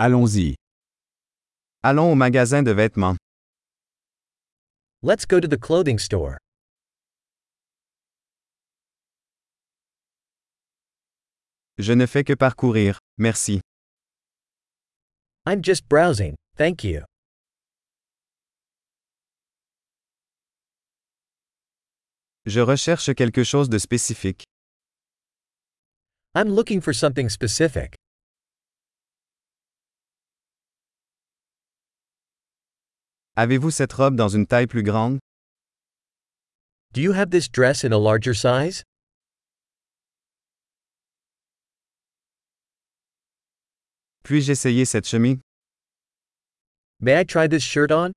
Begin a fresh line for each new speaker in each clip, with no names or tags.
Allons-y. Allons au magasin de vêtements.
Let's go to the clothing store.
Je ne fais que parcourir, merci.
I'm just browsing, thank you.
Je recherche quelque chose de spécifique.
I'm looking for something specific.
Avez-vous cette robe dans une taille plus grande?
Do you have this dress in a larger size?
Puis-je essayer cette chemise?
May I try this shirt on?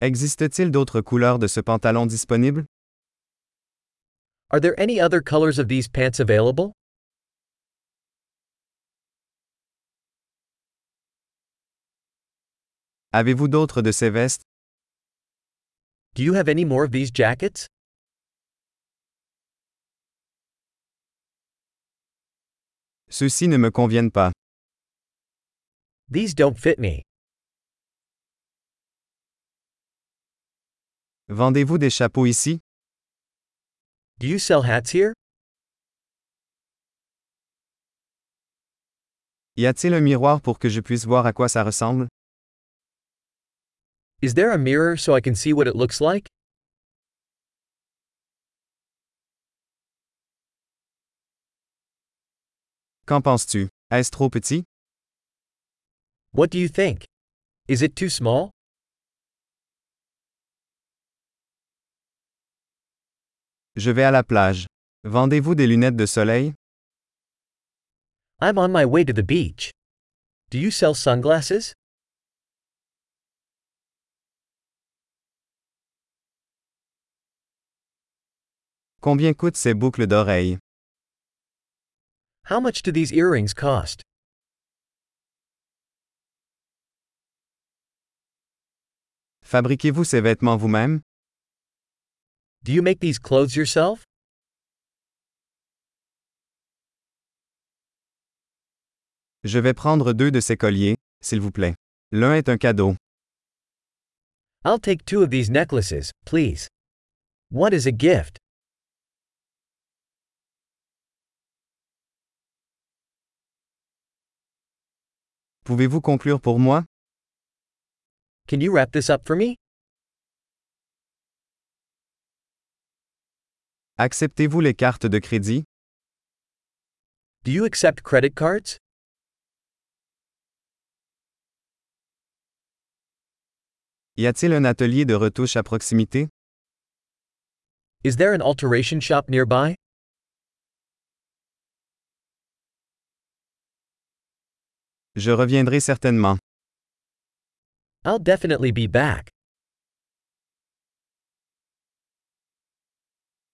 Existe-t-il d'autres couleurs de ce pantalon disponible?
Are there any other colors of these pants available?
Avez-vous d'autres de ces vestes?
Do you have any more of these jackets?
Ceux-ci ne me conviennent pas.
These don't fit me.
Vendez-vous des chapeaux ici?
Do you sell hats here?
Y a-t-il un miroir pour que je puisse voir à quoi ça ressemble?
Is there a mirror so I can see what it looks like?
Qu'en penses-tu? Est-ce trop petit?
What do you think? Is it too small?
Je vais à la plage. Vendez-vous des lunettes de soleil?
I'm on my way to the beach. Do you sell sunglasses?
Combien coûtent ces boucles d'oreilles?
How much do these earrings cost?
Fabriquez-vous ces vêtements vous-même?
Do you make these clothes yourself?
Je vais prendre deux de ces colliers, s'il vous plaît. L'un est un cadeau.
I'll take two of these necklaces, please. One is a gift.
Pouvez-vous conclure pour moi?
Can you wrap this up for me?
Acceptez-vous les cartes de crédit?
Do you accept credit cards?
Y a-t-il un atelier de retouche à proximité?
Is there an alteration shop nearby?
Je reviendrai certainement.
I'll definitely be back.